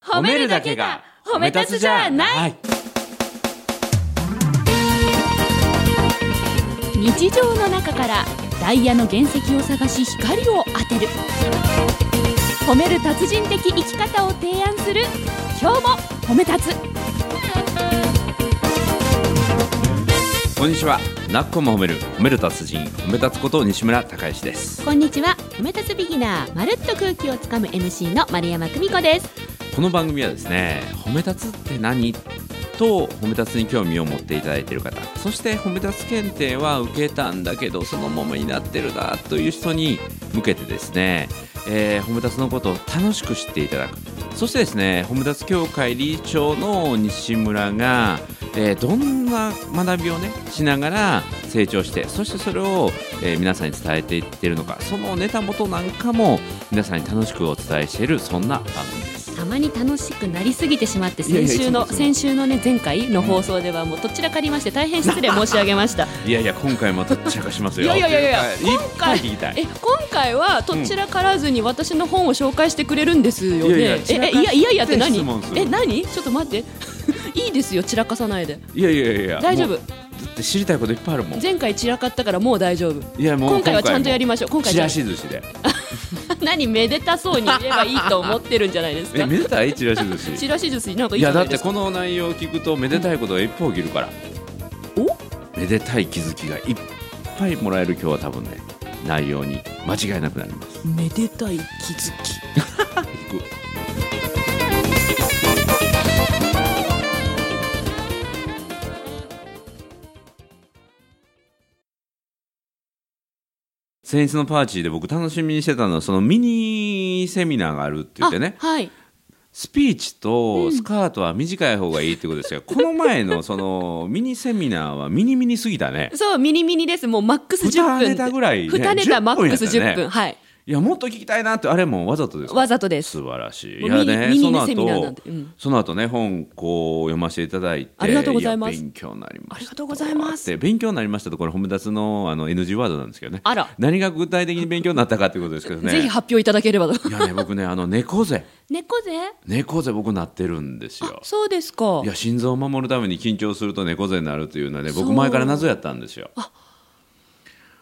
褒めるだけが褒め立つじゃない日常の中からダイヤの原石を探し光を当てる褒める達人的生き方を提案する今日も褒め立つこんにちはなっこも褒める褒める達人褒め立つこと西村孝之ですこんにちは褒め立つビギナーまるっと空気をつかむ MC の丸山久美子ですこの番組はですね褒め立つって何と褒め立つに興味を持っていただいている方そして褒め立つ検定は受けたんだけどそのままになってるなという人に向けてですね、えー褒め立つのことを楽しく知っていただくそしてですね褒め立つ協会理事長の西村が、えーどんな学びをねしながら成長してそしてそれを、えー皆さんに伝えていってるのかそのネタ元なんかも皆さんに楽しくお伝えしているそんな番組です。たまに楽しくなりすぎてしまっていやい先週やのいつもいつも先週のね前回の放送ではもうどちらかりまして大変失礼申し上げましたいやいや今回またちゃかしますよ。いやいやいやいやいっぱい聞きたい。え今回はどちらからずに私の本を紹介してくれるんですよねいやいやえ散らえかいやいやいやって何質問するえ何ちょっと待って いいですよ散らかさないでいやいやいやいや大丈も夫うだって知りたいこといっぱいあるもん。い前回散らかったからもう大丈夫やもう今回はちゃんとやりまましょう今回チラシ寿司で。 何めでたそうに言えばいいと思ってるんじゃないです えかめでたいチラシ 寿司。チラシ術になんかいいいじやゃなだっいでてすかこの内容を聞くとめでたいことが一歩起きるから。おめでたい気づきがいっぱいもらえる今日は多分ね内容に間違いなくなります。めでたい気づきいく先日のパーティーで僕楽しみにしてたのはそのミニセミナーがあるって言ってねあはいスピーチとスカートは短い方がいいってことですが、この前のそのミニセミナーはミニミニすぎたねそうミニミニですもうマックス10分で二ネタぐらいね2ネタマックス10分や10った分ねはいいやもっと聞きたいなってあれもわざとですかわざとです素晴らしい。もいうやミニミね、そニのセミナーなん後でうん、その後ね、本こう読ませていただいて、ありがとうございますや勉強になりました。ありがとうございますで勉強になりましたとこれ褒め立つのあの NG ワードなんですけどね。あら何が具体的に勉強になったかということですけどね。ぜひ発表いただければといやね、僕ね、あの猫背、猫背猫背僕なってるんですよ。そうですかいや心臓を守るために緊張すると猫背になるというのはねそ僕う前から謎やったんですよ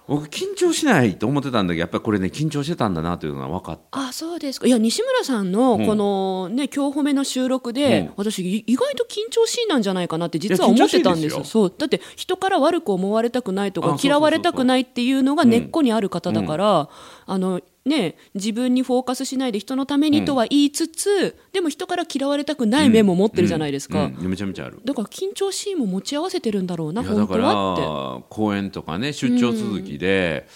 僕緊張しないと思ってたんだけどやっぱりこれね緊張してたんだなというのは分かってあそうですかいや西村さんのうんこの、ね今日褒めの収録で、うん私い意外と緊張しいなんじゃないかなって実はいや思緊張っしいてですよたんですよそうだって人から悪く思われたくないとあかそうそうそうそう嫌われたくないっていうのが根っこにある方だから、あのね、自分にフォーカスしないで人のためにとは言いつつ、でも人から嫌われたくない面も持ってるじゃないですか、うんうんめちゃめちゃあるだから緊張しいも持ち合わせてるんだろうないやだ本当からはって公演とかね出張続きで、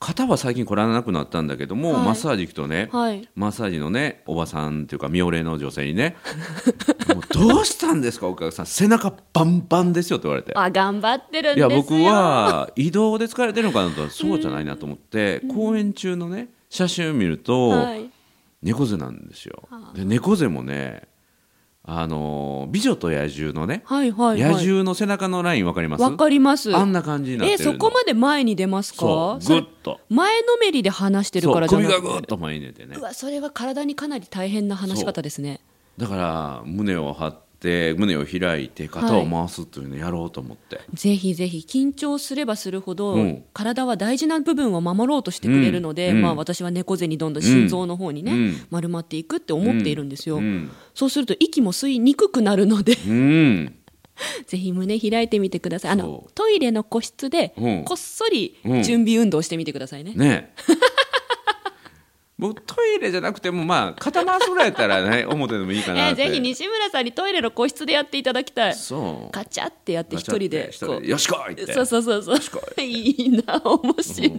肩は最近来られなくなったんだけども、はいマッサージ行くとね、はいマッサージのねおばさんっていうか妙齢の女性にね「もうどうしたんですかお客さん背中バンバンですよ」って言われて。あ頑張ってるんいですやよ僕は移動で疲れてるのかなとそうじゃないなと思って、公演中のね写真を見ると、はい、猫背なんですよ。で猫背もねあのー美女と野獣のね、はいはいはい野獣の背中のラインわかりますわかりますあんな感じになってえるのそこまで前に出ますかそうそグれッと前のめりで話してるそかうらじゃ首ながくグッと前に出てねうわそれは体にかなり大変な話し方ですねだから胸を張って胸を開いて肩を回すというのをやろうと思って、ぜひぜひ緊張すればするほど、うん体は大事な部分を守ろうとしてくれるので、うんまあ、私は猫背にどんどん心臓の方にね、うん丸まっていくって思っているんですよ、うんそうすると息も吸いにくくなるので うんぜひ胸開いてみてくださいあのそトイレの個室でうんこっそりうん準備運動してみてくださいね、ね え僕トイレじゃなくてもまあ肩回すぐらいやったら ね表でもいいかなえーって、ぜひ西村さんにトイレの個室でやっていただきたいそうガチャってやって一人でガチャって一こ人でよしこいってうそうそうそうそう いいな面白い、で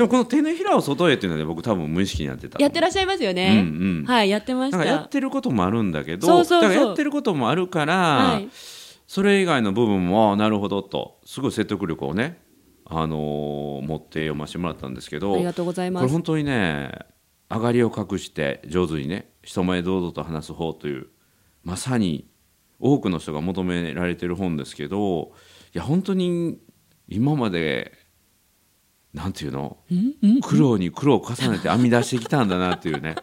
もこの手のひらを外へっていうので僕多分無意識にやってたやってらっしゃいますよね、うんうんはいやってましなんたかやってることもあるんだけどそうそうそうだからやってることもあるから、はい、それ以外の部分もああなるほどとすごい説得力をね、あのー持って読ませてもらったんですけどありがとうございますこれ本当にね上がりを隠して上手にね人前堂々と話す方というまさに多くの人が求められてる本ですけどいや本当に今まで なんていうの苦労に苦労を重ねて編み出してきたんだなっていうね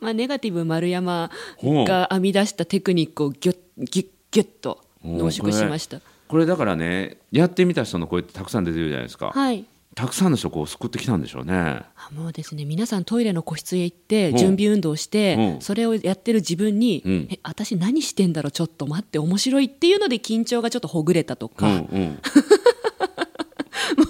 まあ、ネガティブ丸山ほうが編み出したテクニックをギュッギュッギュッと濃縮しましたこれだからねやってみた人の声ってたくさん出てるじゃないですか、はいたくさんの人をこう救ってきたんでしょうねあもうですね皆さんトイレの個室へ行ってうん準備運動して、うんそれをやってる自分に、うんえ私何してんだろうちょっと待って面白いっていうので緊張がちょっとほぐれたとうか、んうん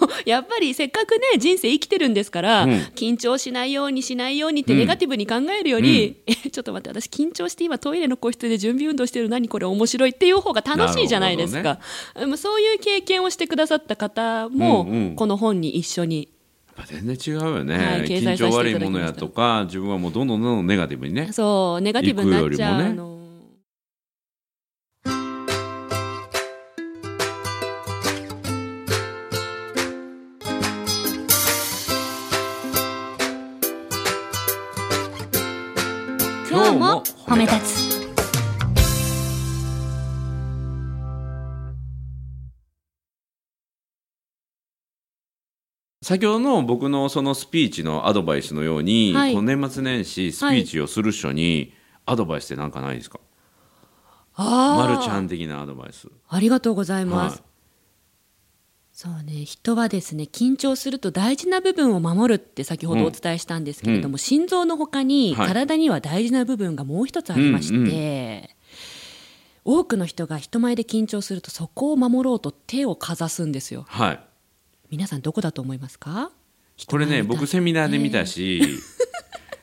もう やっぱりせっかくね人生生きてるんですから、うん緊張しないようにしないようにってうんネガティブに考えるより、 えちょっと待って私緊張して今トイレの個室で準備運動してる何これ面白いっていう方が楽しいじゃないですなるか、でもそういう経験をしてくださった方も、うんうんこの本に一緒にやっぱ全然違うよね、はい掲載緊させていただきました張悪いものやとか自分はもうどんどんどんどんネガティブにねそうネガティブになっちゃ行くようりの。今日も褒め立つ先ほどの僕のそのスピーチのアドバイスのように、はいこの年末年始スピーチをする人にアドバイスってなんかないですか、あーまるちゃん的なアドバイス、ありがとうございます、はいそうね人はですね緊張すると大事な部分を守るって先ほどお伝えしたんですけれども、心臓のほかにはい体には大事な部分がもう一つありまして、多くの人が人前で緊張するとそこを守ろうと手をかざすんですよはい、皆さんどこだと思いますかこれね人前で僕セミナーで見たし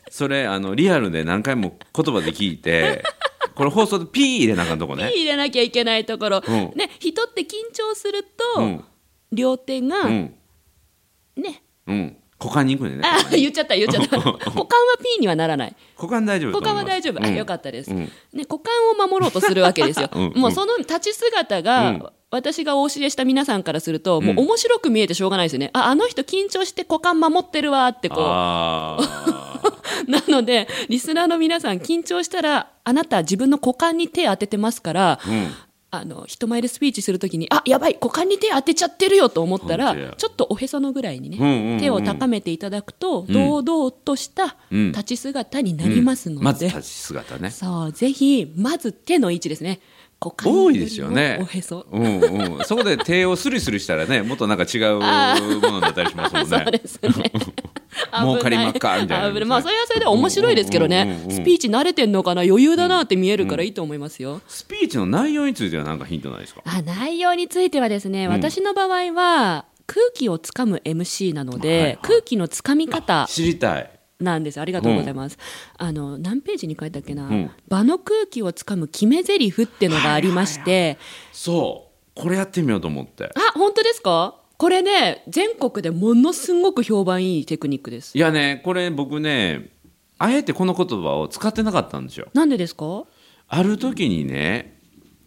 それあのリアルで何回も言葉で聞 いてこれ放送でピー入れなあかんとこね入れなきゃいけないところ、うんね人って緊張すると、うん両手が、うんねうん股間に行くねんねあ言っちゃった言っちゃった股間は P にはならない股間大丈夫だと股思間いまはす大丈夫、あうんよかったです、うんね、股間を守ろうとするわけですよ うんもうその立ち姿が、うん私がお教えした皆さんからすると、もうんう面白く見えてしょうがないですよねああの人緊張して股間守ってるわってこああう なのでリスナーの皆さん緊張したらあなた自分の股間に手当ててますから、 ー、うんあの人前でスピーチするときにあやばい股間に手当てちゃってるよと思った本当やらちょっとおへそのぐらいにね、うんうんうん手を高めていただくと、ん堂々としたうん立ち姿になりますので、まず立ち姿ねそう、ぜひ、まず手の位置ですね。股間多いですよよりねもおへそ。うんうん、そこで手をスリスリしたらねもっとなんか違うものになったりしますもんそうねですね。 儲かりまっかみたいな危ないまあ、それはそれで面白いですけどうんうんうんねうん。うんスピーチ慣れてんのかな余裕だなって見えるからいいと思いますよ。スピーチの内容についてはなんかヒントないですかあ内容についてはですね、ん私の場合は、空気をつかむ MC なので、はいはい空気のつかみ方知りたいなんです。ありがとうございます。あの、何ページに書いたっけな、ん場の空気をつかむ決め台詞ってのがありまして、そうこれやってみようと思ってあ、本当ですかこれね、全国でものすごく評判いいテクニックです。いやねこれ僕ねあえてこの言葉を使ってなかったんですよなんでですかある時にね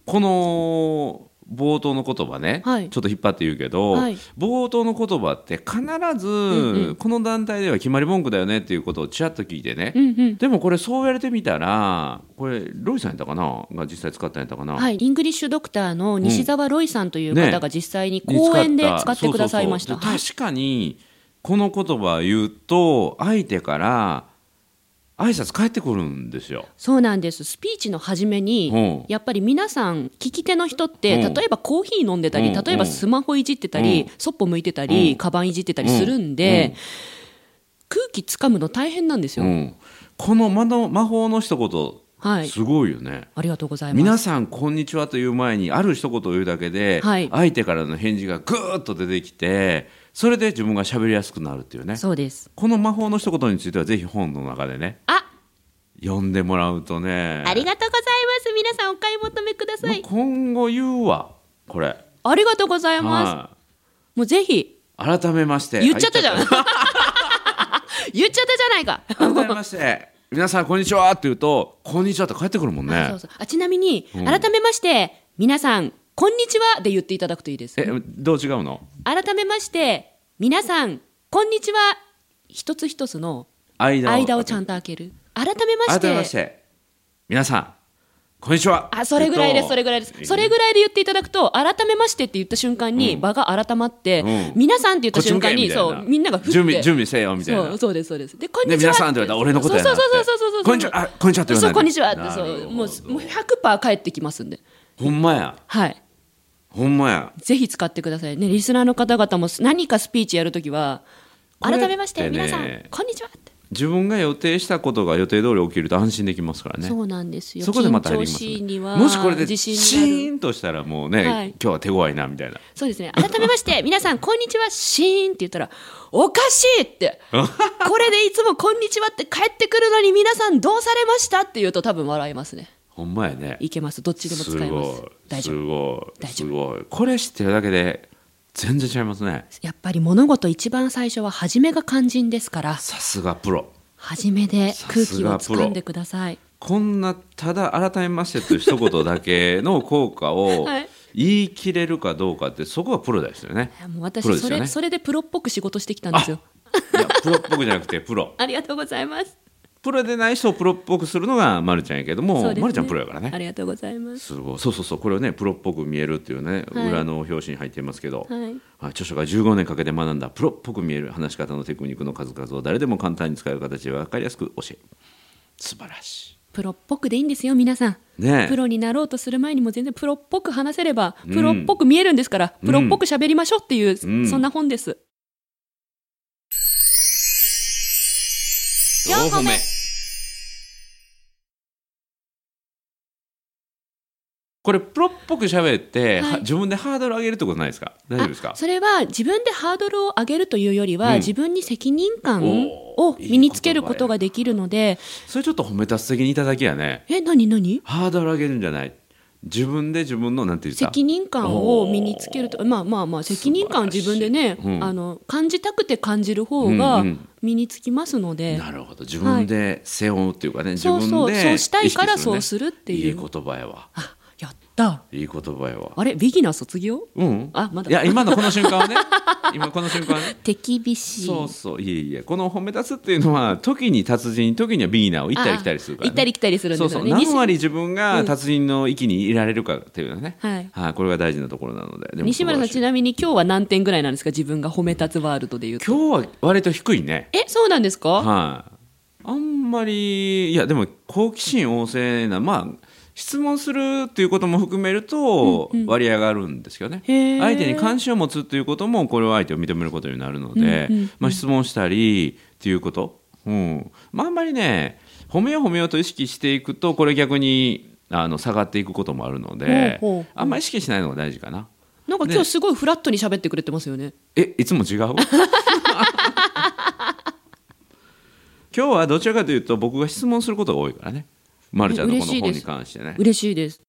この冒頭の言葉ね、はいちょっと引っ張って言うけど、はい冒頭の言葉って必ず、この団体では決まり文句だよねっていうことをちらっと聞いてね、うんうん。でもこれそう言われてみたらこれロイさんやったかなが実際使ったんやったかな、はい、イングリッシュドクターの西澤ロイさんというね方が実際に講演で使ってくださいました。そうそうそうで確かにこの言葉を言うと相手から挨拶返ってくるんですよ。そうなんですスピーチの初めうんに、やっぱり皆さん、聞き手の人って、うん例えばコーヒー飲んでたうり、ん例えばスマホいじってたり、そっぽ向いてたり、うんカバンいじってたりするんで、空気つかむの大変なんですうよ。ん、この魔の魔法の一言はい、すごいよね。ありがとうございます。皆さん、こんにちはという前に、ある一言を言うだけで、はい相手からの返事がぐーっと出てきて、それで自分が喋りやすくなるっていうね。そうです。この魔法の一言については、ぜひ本の中でね、あ、読んでもらうとね。ありがとうございます。皆さんお買い求めくださいまあ。今後言うわ、これ。ありがとうございます。はいもうぜひ改めまして。言っちゃったじゃん。あ言っちゃった じゃないか。言っちゃった改めまして。皆さん、こんにちはって言うと、こんにちはって帰ってくるもんあねそう。そうあちなみに、ん改めまして皆さんこんにちはで言っていただくといいです。え、どう違うの改めまして皆さんこんにちは一つ一つの間を。間をちゃんと開ける。改めまし改めまてして皆さんこんにちはあそれぐらいです、それぐらいです、それぐいらいで言っていただくと、改めましてって言った瞬間に、うん場が改まって、うん皆さんって言った瞬間に、こっち向そけみたいうなみんながふって準備準備せよみたいなそうそうですそうですでこんでにちは皆さんって言われたら俺のことやそうなってそうそうそうそうこんにちはあこんにちはって言わなそいうこんにちはってなるそほどうもうもう100%帰ってきますんでほんまやはいほんまやぜひ使ってくださいねリスナーの方々も何かスピーチやるときはこれ改ってねめまして皆さんこんにちはって、自分が予定したことが予定通り起きると安心できますからねそうなんですよそこでまた緊入張りますシーンにはもしこれで自シ信になるーンとしたらもうね、はい今日は手強いなみたいなそうですね改めまして 皆さんこんにちはシーンって言ったらおかしいってこれでいつもこんにちはって帰ってくるのに皆さんどうされましたって言うと多分笑いますねほんまやねいけますどっちでも使えます大す丈夫ごい大す丈夫ごいこれ知ってるだけで全然違いますねやっぱり物事一番最初は初めが肝心ですからさすがプロ初めで空気をさすがプロ掴んでくださいこんなただ改めましてという一言だけの効果 をはい言い切れるかどうかってそこはプロですよねいやもう私プロですそよれねそれでプロっぽく仕事してきたんですよいやプロっぽくじゃなくてプロありがとうございますプロでない人をプロっぽくするのがまるちゃんやけども、そうまですねるちゃんプロやからあねりがとうございますすごいそうそうそうこれをねプロっぽく見えるっていうね、はい裏の表紙に入っていますけど、はいはい著書が15年かけて学んだプロっぽく見える話し方のテクニックの数々を誰でも簡単に使える形で分かりやすく教える素晴らしプロっぽくでいいんですよ皆さんいねえプロになろうとする前にも全然プロっぽく話せればプロっぽく見えるんですから、プロっぽく喋りましょうっていう、うんそんな本です4個目これプロっぽく喋って、はいは自分でハードル上げるってことないですか大丈夫ですかあそれは自分でハードルを上げるというよりは、うん自分に責任感おをー身につけることができるのでそれちょっと褒め立つ的にいただきやねえ何何ハードル上げるんじゃない自分で自分のなんて言った責任感を身につけるとまあまあまあ責任感を自分でね、晴らしいうんあの感じたくて感じる方うがんうん身につきますので、なるほど自分で背負うっていうかね、自そう分でそうそう意識したいからるねそうするっていうい言葉やわあやったいい言葉やわあれビギナー卒業うんあまだいや今のこの瞬間 はね今この瞬間はね手厳しいそうそういえいえこの褒め立つっていうのは時に達人時にはビギナーを行ったり来たりするから、ね、あ行ったり来たりするんですよねそうそうに何割自分が達人の域にいられるかっていうね、はいはい、これが大事なところなのででも西村さん素ち晴らしいなみに今日は何点ぐらいなんですか自分が褒め立つワールドで言うと今日は割と低いねえそうなんですか、はい、あんまりいやでも好奇心旺盛なまあ質問するっていうことも含めると割合があるんですけどね、へー相手に関心を持つっていうこともこれは相手を認めることになるので、うんうんうんまあ、質問したりっていうこと、うんまあ、あんまりね褒めよう褒めようと意識していくとこれ逆にあの下がっていくこともあるのでほうほうあんまり意識しないのが大事かな。なんか今日すごいフラットに喋ってくれてますよねえいつも違う今日はどちらかというと僕が質問することが多いからね、ま、るちゃんのこの嬉しい本ですに関してね嬉しいです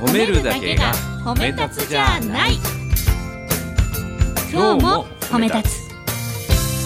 褒めるだけが褒め立つじゃない今日も褒め立つつ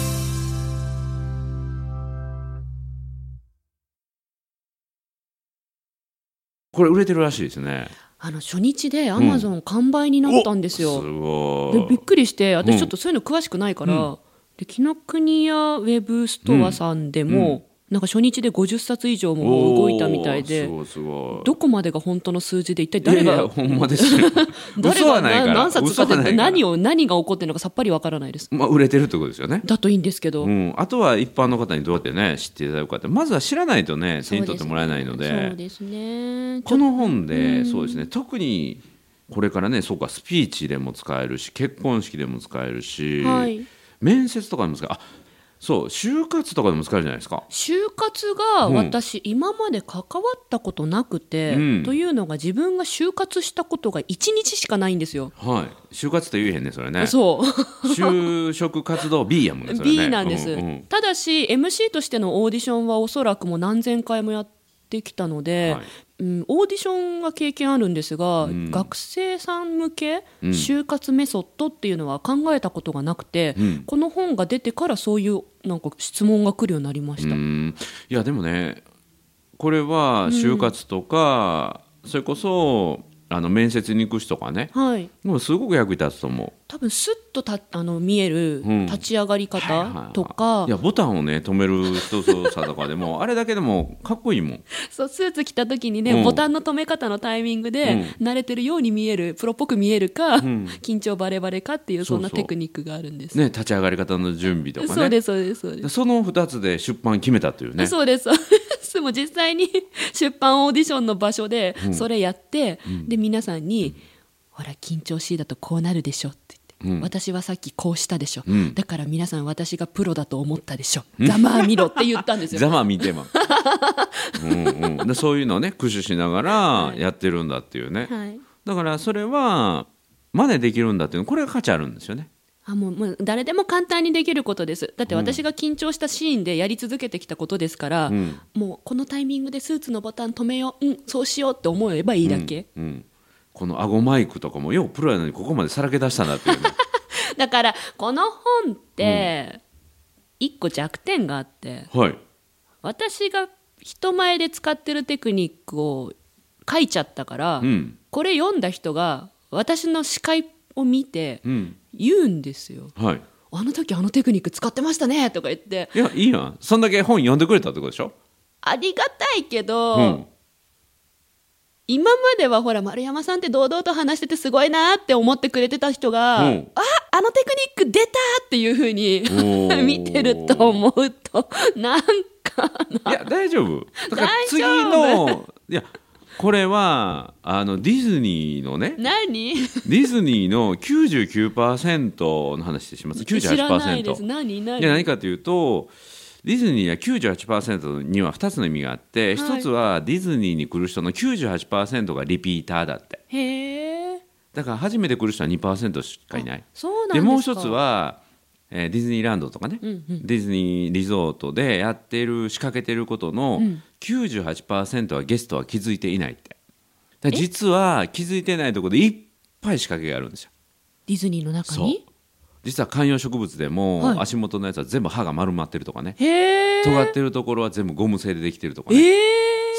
これ売れてるらしいですねあの初日でアマゾン完売になったんですよ、おごでびいっくりしてうん私ちょっとそういうの詳しくないから、で紀ノ国屋ウェブストアさんでも、なんか初日で50冊以上ももう動いたみたいでおーすごいすごいどこまでが本当の数字で一体誰いやいやがほんまですよ 誰嘘はがないからな何冊か嘘はないでから何を何が起こってるのかさっぱりわからないですまあ売れてるってことですよねだといいんですけど、うん、あとは一般の方にどうやってね知っていただくかってまずは知らないとね手に取ってもらえないのそうですねちこょの本でそうですね特にこれからねそうかスピーチでも使えるし結婚式でも使えるし、はい面接とかでも使えるあそう就活とかでも使えるじゃないですか。就活がうん私、今まで関わったことなくて、うんというのが自分が就活したことが1日しかないんですよ。はい、就活って言えへんね それねそう就職活動 B やもんねそれね B なんです、ううんただし MC としてのオーディションはおそらくもう何千回もやってきたので、はいうん、オーディションは経験あるんですが、ん学生さん向けうん就活メソッドっていうのは考えたことがなくて、うんこの本が出てからそういうなんか質問が来るようになりまうした、んいやでもねこれは就活とか、それこそあの面接に行く人がねはいもうすごく役に立つと思う多分スッとたあの見えるうん立ち上がりはいはいは方いとか、いやボタンをね止める人さとか でもあれだけでもかっこいいもんそうスーツ着た時にね、うんボタンの止め方のタイミングで、慣れてるように見えるプロっぽく見えるか、緊張バレバレかっていうそうそそうんなテクニックがあるんです。ね立ち上がり方の準備とかねそうですそうですそうです。その2つで出版決めたというねそうです。 でも実際に出版オーディションの場所でそれやって、で皆さんに「ほら緊張しいだとこうなるでしょ」って言って、うん私はさっきこうしたでしょ、うんだから皆さん私がプロだと思ったでしょざまあみろ」って言ったんですざよ。ま見て まうん、うん、でそういうのをね駆使しながらやってるんだっていうね、はいだからそれは真似できるんだっていうのこれが価値あるんですよねあもうもう誰でも簡単にできることですだって私が緊張したシーンでやり続けてきたことですから、んもうこのタイミングでスーツのボタン止めよう、うん、そうしようって思えばいいだけ、うんうんこの顎マイクとかもようプロやのにここまでさらけ出したなっ ていうねだからこの本って一個弱点があってはい私が人前で使ってるテクニックを書いちゃったから、うんこれ読んだ人が私の視界を見てうん言うんですよ。はいあの時あのテクニック使ってましたねとか言っていやいいやんそんだけ本読んでくれたってことでしょありがたいけど、うん今まではほら丸山さんって堂々と話しててすごいなって思ってくれてた人が、うんああのテクニック出たっていうふうにお ー見てると思うとなんかいや大丈夫だから大次丈のいやこれはあのディズニー のね何ディズニーの99%の話します98%知らないです何何で何かというとディズニーは98%には2つの意味があっはいて、1つはディズニーに来る人の98%がリピーターだってへえだから初めて来る人は2%しかいないそうなんでですかもう一つは、えーディズニーランドとかね、ディズニーリゾートでやってる仕掛けてることの98%はゲストは気づいていないってだから実は気づいてないところでいっぱい仕掛けがあるんですよディズニーの中そうに実は観葉植物でも、はい足元のやつは全部歯が丸まってるとかねへえ尖ってるところは全部ゴム製でできてるとかねえ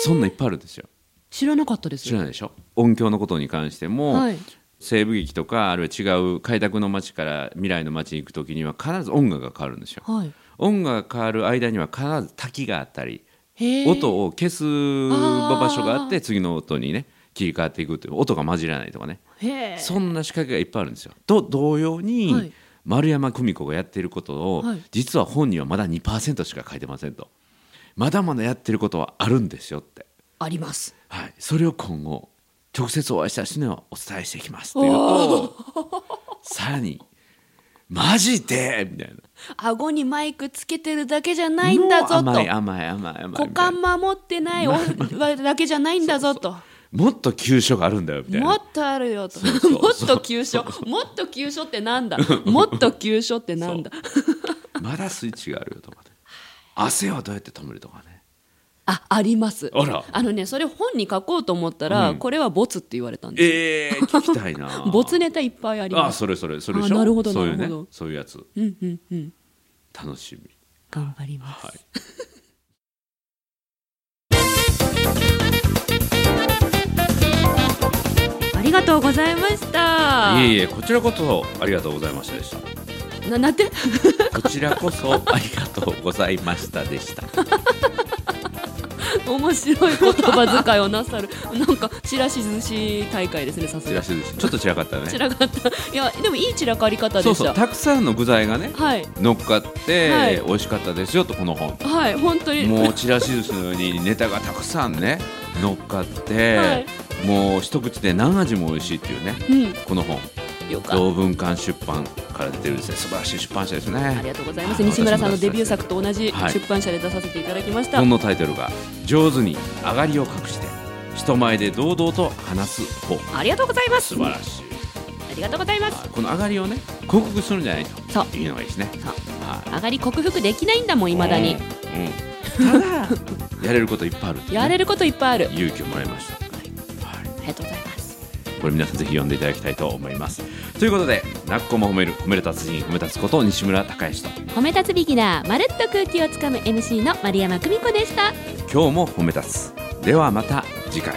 ーそんなんいっぱいあるんですよ知らなかったです知らないでしょ音響のことに関しても、はい西部劇とかあるいは違う開拓の街から未来の街に行く時には必ず音楽が変わるんですよはい音楽が変わる間には必ず滝があったりへえ音を消す場所があって次の音にね切り替わっていくという音が混じらないとかねへえそんな仕掛けがいっぱいあるんですよ。と同様に、はい丸山久美子がやってることを、はい実は本人はまだ2%しか書いてませんとまだまだやってることはあるんですよって、ありますはい、それを今後直接お会いした人にはお伝えしていきますっていうとさらに「マジで!」みたいな顎にマイクつけてるだけじゃな「いんだぞともう甘い甘い甘い甘い」みたい股な間守ってないおだけじゃないんだぞともっと急所があるんだよみたいもなっ。とあるよとそうそうもっと急所もっと急所ってなんだもっと急所ってなんだまだスイッチがあるよとかね汗はどうやって止めるとかねあありますあらのねそれ本に書こうと思ったら、うんこれはボツって言われたんですえー、聞きたいなボツネタいっぱいありあますそれそれそれでしょあなるほどそういうなねるほどそういうやつうんうんうん楽しみ頑張ります、はいありがとうございましたいえいえこちらこそありがとうございましたでしたななんてこちらこそありがとうございましたで した面白い言葉遣いをなさるなんかちらし寿司大会ですねさすちがらし寿司ちょっと散らかったね散らかったいやでもいい散らかり方でしたそうそうたくさんの具材がねはい乗っかって、はい美味しかったですよとこの本はい本当にもうちらし寿司のようにネタがたくさんね乗っかって、はいもう一口で何味も美味しいっていうねうんこの本よかった同文館出版から出てるんですね素晴らしい出版社ですねありがとうございますはい西村さんのデビュー作と同じはい出版社で出させていただきました、本のタイトルが「上手に上がりを隠して人前で堂々と話す方ありがとうございま」す素晴らしいありがとうございますはいこの上がりをね克服するんじゃないそうというのがいいですねそうは上がり克服できないんだもんいまだにうんうんた だやれることいっぱいあるっていうねやれることいっぱいある勇気をもらいました、はいありがとうございますこれ皆さんぜひ読んでいただきたいと思いますということで「なっこも褒める褒める達人褒め立つこと西村隆之と褒め立つビギナーまるっと空気をつかむ MC の丸山久美子でした今日も褒め立つではまた次回